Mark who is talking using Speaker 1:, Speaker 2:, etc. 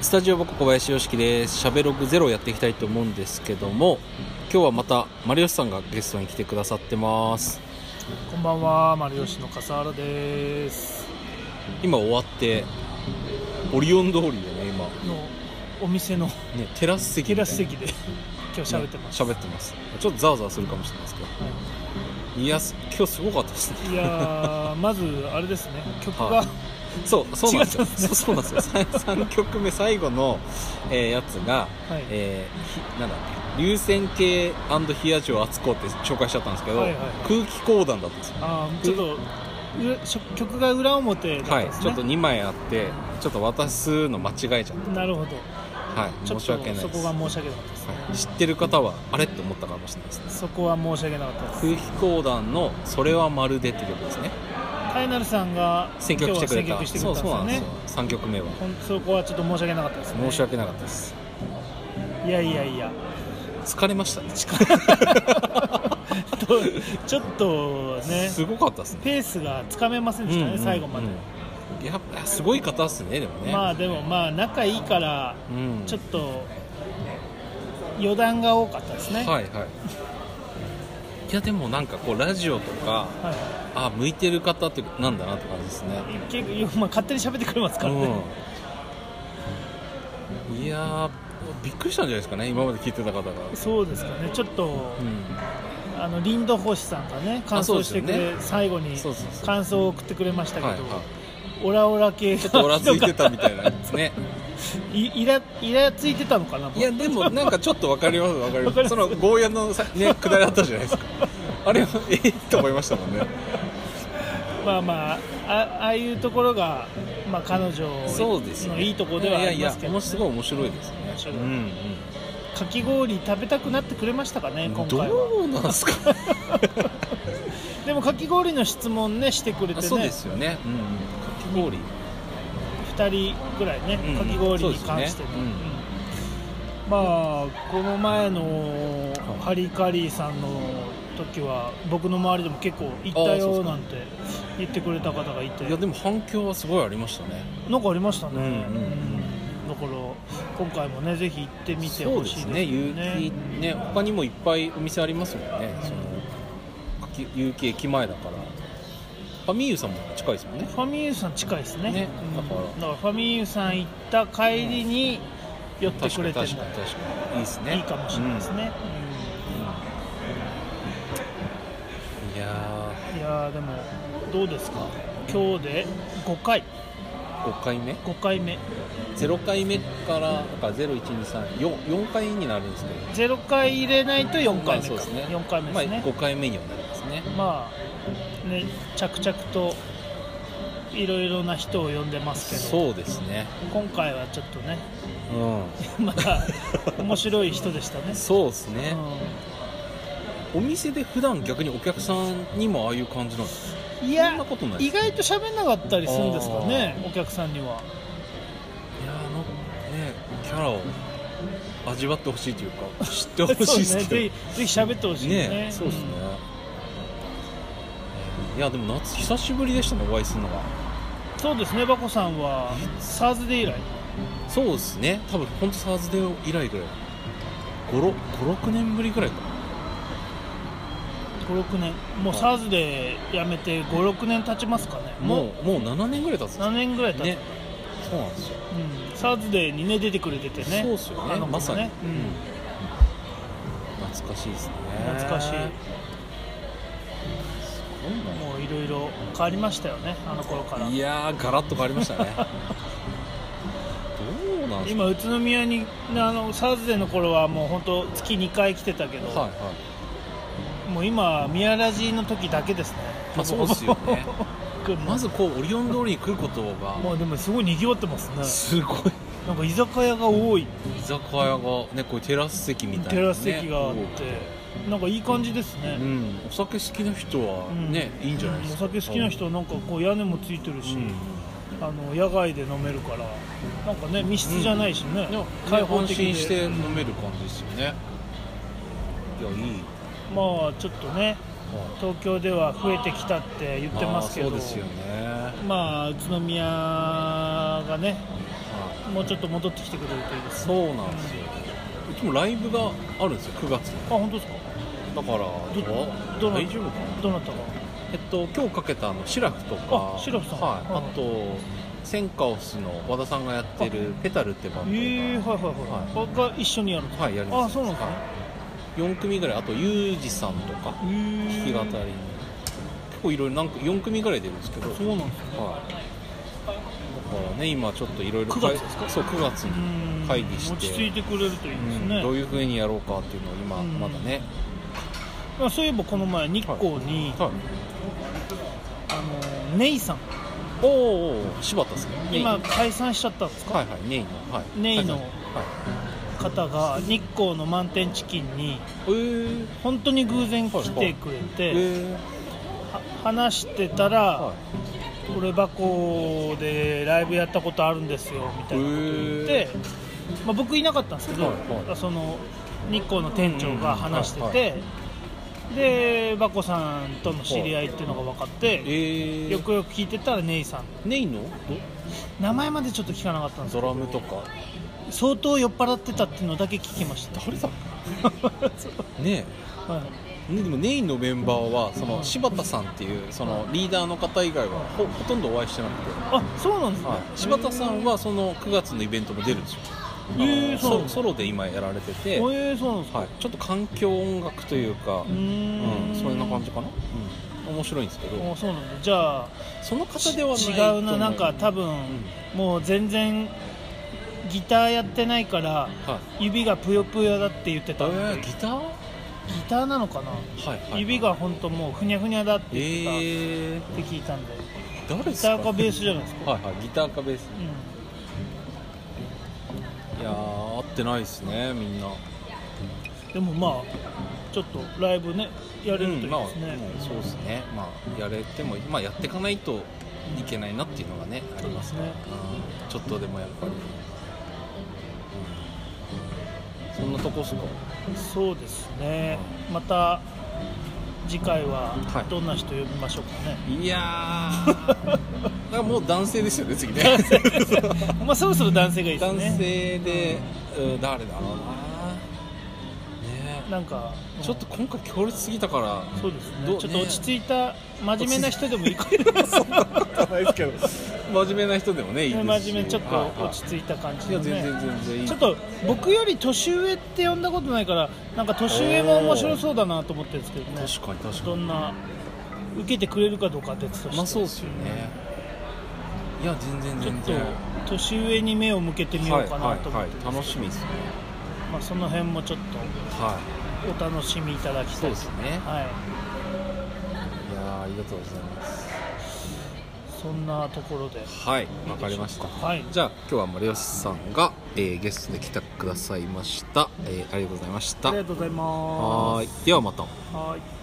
Speaker 1: スタジオ僕小林よしきです。しゃべログゼロやっていきたいと思うんですけども、今日はまたマリオシさんがゲストに来てくださってます。
Speaker 2: こんばんは、丸吉の笠原です。
Speaker 1: 今終わって、オリオン通りでね、今、
Speaker 2: のお店の
Speaker 1: ね、テラス席
Speaker 2: テ
Speaker 1: みたいな
Speaker 2: ラス席で今日喋ってます。
Speaker 1: ね喋ってます。ちょっとざわざわするかもしれないですけど。いや、す今日すごかったですね。
Speaker 2: はいいやー、まずあれですね、曲が、
Speaker 1: はい そう、そうなんですよ。
Speaker 2: 違ったんです
Speaker 1: そうそう なんですよ。3曲目最後の、えーやつが、
Speaker 2: はい
Speaker 1: えーひなんだっけ流線形冷や塩厚子って紹介しちゃったんですけど、
Speaker 2: はいはいはい
Speaker 1: 空気講談だったんですよ
Speaker 2: あーちょっとうらしょ曲が裏表だった
Speaker 1: は
Speaker 2: ん
Speaker 1: い
Speaker 2: です
Speaker 1: ち
Speaker 2: ね。
Speaker 1: ょっと2枚あってちょっと渡すの間違えちゃっ
Speaker 2: なるほど。
Speaker 1: たはい
Speaker 2: ちょ
Speaker 1: 申
Speaker 2: っ
Speaker 1: し訳ない
Speaker 2: と
Speaker 1: です
Speaker 2: そこが申し訳なかったですね。
Speaker 1: はい、知ってる方はあれって思ったかもしれないですね
Speaker 2: そこは申し訳なかったです。
Speaker 1: 空気講談の「それはまるで」って曲ですね
Speaker 2: タイナルさんが
Speaker 1: 選
Speaker 2: 今
Speaker 1: 曲し
Speaker 2: 日
Speaker 1: てく
Speaker 2: は
Speaker 1: れ
Speaker 2: 選
Speaker 1: た
Speaker 2: 曲してく
Speaker 1: そ
Speaker 2: れ
Speaker 1: う
Speaker 2: たん
Speaker 1: そ
Speaker 2: で
Speaker 1: う
Speaker 2: す
Speaker 1: な
Speaker 2: よ
Speaker 1: んです
Speaker 2: ね
Speaker 1: よ。3曲目は
Speaker 2: ほんそこはちょっと申し訳なかったですね。
Speaker 1: 申し訳なかったです
Speaker 2: いやいやいや。
Speaker 1: 疲れましたね
Speaker 2: とちょっとね、
Speaker 1: すごかったですね
Speaker 2: ペースがつかめませんでしたね、最後まで。
Speaker 1: うんいやいやすごい方っすねでもね、
Speaker 2: まあでもまあ仲いいから
Speaker 1: うん、
Speaker 2: ちょっと余談が多かったですね、はい
Speaker 1: はいはいいやでもなんかこうラジオとか
Speaker 2: は
Speaker 1: あ向いてる方ってなんだなって感じですね
Speaker 2: い、結構、まあ、勝手に喋ってくれますからね、
Speaker 1: うんいやーびっくりしたんじゃないですかね今まで聞いてた方が、
Speaker 2: そうですかねちょっと、
Speaker 1: うん、
Speaker 2: あのリンドホシさんがね感想してく
Speaker 1: そうで
Speaker 2: れ、
Speaker 1: すよ
Speaker 2: 最後に
Speaker 1: そうそうそう
Speaker 2: 感想を送ってくれましたけど、
Speaker 1: はいは
Speaker 2: オラオラ系
Speaker 1: いちょっとおらついてたみたいな
Speaker 2: なんんか
Speaker 1: ですね
Speaker 2: いイライラついてたのかない
Speaker 1: やでもなんかちょっとわかりますわかります
Speaker 2: わかります
Speaker 1: そのゴーヤのさねくだりあったじゃないですかあれはええと思いましたもんね
Speaker 2: まあまああああいうところが、まあ、彼女
Speaker 1: そうですよ
Speaker 2: の
Speaker 1: ね
Speaker 2: いいところではあり
Speaker 1: いや
Speaker 2: ま
Speaker 1: い
Speaker 2: すけ
Speaker 1: や
Speaker 2: ど、
Speaker 1: も
Speaker 2: ね
Speaker 1: うすごい面白いですね
Speaker 2: 面白い
Speaker 1: うん
Speaker 2: かき氷食べたくなってくれましたか
Speaker 1: う
Speaker 2: ね今
Speaker 1: ん、
Speaker 2: 回は
Speaker 1: どうなんですか
Speaker 2: でもかき氷の質問ねしてくれて
Speaker 1: あそう
Speaker 2: ね
Speaker 1: ですよね、うんうん、かき氷
Speaker 2: 2人ぐらいね、
Speaker 1: うん
Speaker 2: かき氷に関して
Speaker 1: そうですね
Speaker 2: の、
Speaker 1: うん
Speaker 2: うんまあこの前のハリカリーさんの時は僕の周りでも結構行った
Speaker 1: あそう
Speaker 2: よ
Speaker 1: そう
Speaker 2: なんて言ってくれた方がいて
Speaker 1: いやでも反響はすごいありましたね
Speaker 2: なんかありましたね、
Speaker 1: うんうんうん
Speaker 2: うんだから今回もねぜひ行ってみてほしい
Speaker 1: そうですね有
Speaker 2: ね
Speaker 1: 機ね他にもいっぱいお店ありますもんねそのかき有機駅前だからファミユさんも近いですもんね
Speaker 2: ファミユさん近いですね
Speaker 1: ね
Speaker 2: うん
Speaker 1: だ
Speaker 2: だ
Speaker 1: か
Speaker 2: かららファミユさん行った帰りに寄って
Speaker 1: 確
Speaker 2: く
Speaker 1: か
Speaker 2: れ
Speaker 1: に
Speaker 2: ても
Speaker 1: 確かに確かにいいですね
Speaker 2: いいかもしれないですね、
Speaker 1: うんいや
Speaker 2: うんいやーでもどうですか今日で5回
Speaker 1: ー5回目
Speaker 2: 5回目
Speaker 1: 0回目からだから01234回になるんですけど
Speaker 2: 0回入れないと4回目
Speaker 1: まあそう
Speaker 2: か、
Speaker 1: ですね
Speaker 2: 4回目です
Speaker 1: まあ、
Speaker 2: ね、
Speaker 1: 5回目にはなりますね
Speaker 2: まあね着々といろいろな人を呼んでますけど
Speaker 1: そうですね
Speaker 2: 今回はちょっとね
Speaker 1: うん
Speaker 2: また面白い人でしたね、
Speaker 1: そうです ね、
Speaker 2: う
Speaker 1: お店で普段逆にお客さんにもああいう感じなんです
Speaker 2: ん、い
Speaker 1: そ
Speaker 2: や
Speaker 1: んなことない
Speaker 2: 意
Speaker 1: ですか
Speaker 2: 外と喋んなかったりするんですかねお客さんにはい
Speaker 1: やーあのねキャラを味わってほしいというか知ってほしいです
Speaker 2: そうねぜ
Speaker 1: け
Speaker 2: ひぜひ喋ってほ
Speaker 1: ど
Speaker 2: しい
Speaker 1: ね
Speaker 2: ね
Speaker 1: そうですね、いやでも夏久しぶりでしたねお会いするのが
Speaker 2: うんそうですねバコさんは SARS で以来
Speaker 1: そうですね多分本当サーズデー以来ぐらい56年ぶりぐらいか
Speaker 2: 56年もう
Speaker 1: はい
Speaker 2: SARS で辞めて56年経ちますかね
Speaker 1: な
Speaker 2: もう
Speaker 1: もうもう7年ぐらい経つんですよ
Speaker 2: 何年ぐらい経つ、
Speaker 1: ねそうなんですよ、
Speaker 2: うん、SARS でにね出てくれててね
Speaker 1: そうっすよ
Speaker 2: あ
Speaker 1: ね
Speaker 2: の子も
Speaker 1: まさに、
Speaker 2: ね
Speaker 1: うん懐かしいですね
Speaker 2: 懐かしい
Speaker 1: すごいな
Speaker 2: もういろいろ変わりましたよねあの頃から
Speaker 1: いやーガラッと変わりま したねどうなんですか
Speaker 2: 今宇都宮にあの SARS での頃はもう本当月2回来てたけど、
Speaker 1: はいはい
Speaker 2: もう今宮ラジの時だけですね
Speaker 1: まあ そうっすよね
Speaker 2: 来るの
Speaker 1: まずこうオリオン通りに来ること
Speaker 2: ま
Speaker 1: が
Speaker 2: あでもすごい賑わってますね
Speaker 1: すごい
Speaker 2: なんか居酒屋が多い
Speaker 1: 居酒屋がねこういうテラス席みたいな、ね、
Speaker 2: テラス席があってなんかいい感じです
Speaker 1: う
Speaker 2: ね、
Speaker 1: んお酒好きな人は
Speaker 2: うん
Speaker 1: ね、いいんじゃないですか
Speaker 2: うんお酒好きな人はなんかこう屋根もついてる
Speaker 1: う
Speaker 2: し、
Speaker 1: ん
Speaker 2: あの野外で飲めるからなんかね密室じゃないしね、
Speaker 1: いや
Speaker 2: 開
Speaker 1: 開
Speaker 2: 放
Speaker 1: 放
Speaker 2: 的
Speaker 1: 的
Speaker 2: で
Speaker 1: にして飲める感じですよね、いやいい、
Speaker 2: まあちょっとね
Speaker 1: は
Speaker 2: 東京では増えてきたって言
Speaker 1: い
Speaker 2: ってますけど
Speaker 1: あーそうですよね、
Speaker 2: まあ宇都宮がね
Speaker 1: は
Speaker 2: もうちょっと戻ってきてくれるといいです
Speaker 1: そ
Speaker 2: ね
Speaker 1: うなんですようちもライブがあるんですよ9月
Speaker 2: あ本当ですか
Speaker 1: だから
Speaker 2: どな
Speaker 1: 大丈夫かな
Speaker 2: どなたが
Speaker 1: えっと今日かけたあのシラフとか
Speaker 2: あシラフさん
Speaker 1: はい、
Speaker 2: はい
Speaker 1: あとセンカオスの和田さんがやってるペタルってバンドが、
Speaker 2: ええはいはいはい、が一緒にやるんですか
Speaker 1: はいやり
Speaker 2: あ
Speaker 1: ます
Speaker 2: そうなんですね
Speaker 1: 4組ぐらいあとユージさんとか
Speaker 2: え
Speaker 1: 弾
Speaker 2: ー
Speaker 1: き語り結構いろいろなんか4組ぐらい出るんですけど
Speaker 2: そうなんですね
Speaker 1: はいだからね今ちょっといろいろ
Speaker 2: 9月ですか
Speaker 1: そう9月
Speaker 2: う
Speaker 1: に
Speaker 2: ん
Speaker 1: 会議して
Speaker 2: 落ち着いてくれるといいです
Speaker 1: う
Speaker 2: ね
Speaker 1: ん、どういうふうにやろうかっていうのを今
Speaker 2: うん
Speaker 1: まだね、
Speaker 2: まあ、そういえばこの前日光に、
Speaker 1: はい、
Speaker 2: あのネイさん
Speaker 1: おーおー柴田さんネイ
Speaker 2: 今解散しちゃったんですか、
Speaker 1: はいはいネイのはい
Speaker 2: ネイの
Speaker 1: はい
Speaker 2: 方が日光の満天チキンに
Speaker 1: えー、
Speaker 2: 本当に偶然来てくれて、
Speaker 1: えー、
Speaker 2: は話してたら、
Speaker 1: はい
Speaker 2: 俺箱でライブやったことあるんですよみたいなこと言って、
Speaker 1: へ
Speaker 2: まあ、僕いなかったんですけど、
Speaker 1: はいはい
Speaker 2: その日光の店長が話し
Speaker 1: う
Speaker 2: てて、
Speaker 1: んうんはい
Speaker 2: でバコさんとの知り合いっていうのが分かって、
Speaker 1: えー、
Speaker 2: よくよく聞いてたらネイさん
Speaker 1: ネイのど
Speaker 2: 名前までちょっと聞かなかったんですけ
Speaker 1: ド
Speaker 2: ど
Speaker 1: ラムとか
Speaker 2: 相当酔っ払ってたっていうのだけ聞きました、
Speaker 1: 誰だっけね
Speaker 2: はい
Speaker 1: えねでもネイのメンバーはそ
Speaker 2: うん
Speaker 1: の柴田さんっていうそのリーダーの方以外はほほとんどお会いしてなくて、
Speaker 2: あそうなんですね、
Speaker 1: はい、柴田さんはその9月のイベントも出るんですよ
Speaker 2: へえ
Speaker 1: あの
Speaker 2: そうな
Speaker 1: ソ
Speaker 2: んだ
Speaker 1: ソロで今やられてて、はい、
Speaker 2: えー、そうなんですか、
Speaker 1: ちょっと環境音楽というか
Speaker 2: う、ーん
Speaker 1: うん、そんな感じかな、うん、面白いんですけど
Speaker 2: あそうなんだじゃあ
Speaker 1: その方ではない
Speaker 2: ち
Speaker 1: と
Speaker 2: 違
Speaker 1: 思
Speaker 2: うななんか多分、もう全然ギターやってないから
Speaker 1: はい
Speaker 2: 指がぷよぷよだって言って
Speaker 1: え
Speaker 2: たんで、
Speaker 1: ー、
Speaker 2: ギ
Speaker 1: ギター、は
Speaker 2: ターなのかな、
Speaker 1: いはいはい、
Speaker 2: 指が本当もうふにゃふにゃだって
Speaker 1: え
Speaker 2: 言ってた、
Speaker 1: ー、
Speaker 2: って聞いたんで
Speaker 1: 誰で
Speaker 2: ギ
Speaker 1: す
Speaker 2: タ
Speaker 1: か
Speaker 2: ーかベースじゃないですか、
Speaker 1: はいはいギターかベース
Speaker 2: うん
Speaker 1: いやー合ってないですねみんな
Speaker 2: でもまあちょっとライブねやれるといいで
Speaker 1: う
Speaker 2: す
Speaker 1: ん
Speaker 2: ね、
Speaker 1: まあうんそうですねまあやれてもまあやっていかないといけないなっていうのがねありますから、
Speaker 2: そう
Speaker 1: うんちょっとでもやっぱり、そんなとこっすか
Speaker 2: そうですねまた次回は
Speaker 1: はい
Speaker 2: どんな人呼びましょうかね、
Speaker 1: い やーだからもう男性ですよね次ね
Speaker 2: まあそろそろ男性がいいです
Speaker 1: 男
Speaker 2: ね
Speaker 1: 性で、うん誰だろうなね
Speaker 2: なんか
Speaker 1: ちょっと今回強烈すぎたから
Speaker 2: そうですね
Speaker 1: どう
Speaker 2: ちょっと
Speaker 1: ね
Speaker 2: 落ち着いた真面目な人でもいいか
Speaker 1: ないですけど真面目な人でもねいいです
Speaker 2: な
Speaker 1: し
Speaker 2: 真面目ちょっ
Speaker 1: はい
Speaker 2: と
Speaker 1: はい
Speaker 2: 落ち着いた感じ
Speaker 1: い
Speaker 2: の
Speaker 1: や全
Speaker 2: ね、
Speaker 1: 然全然いい
Speaker 2: ちょっと僕より年上って呼んだことないからなんか年上も面白そうだなと思ってるんですけどね
Speaker 1: 確かに確か
Speaker 2: ど
Speaker 1: に
Speaker 2: んな受けてくれるかどうかは別として
Speaker 1: まあそうっすよねいや全然
Speaker 2: ちょっ
Speaker 1: 全
Speaker 2: と
Speaker 1: 然
Speaker 2: 年上に目を向けてみようかなと思って、
Speaker 1: 楽しみですね
Speaker 2: まあ、その辺もちょっ
Speaker 1: は
Speaker 2: とお楽しみいただき
Speaker 1: い
Speaker 2: た
Speaker 1: そう
Speaker 2: い
Speaker 1: ですね
Speaker 2: は
Speaker 1: い
Speaker 2: い、
Speaker 1: やーありがとうございます
Speaker 2: そんなところで
Speaker 1: はいわかりました
Speaker 2: はい
Speaker 1: じゃあ今日は丸吉さんが、えーゲストで来てくださいました、えーありがとうございました
Speaker 2: ありがとうございます
Speaker 1: はーいではまた
Speaker 2: はい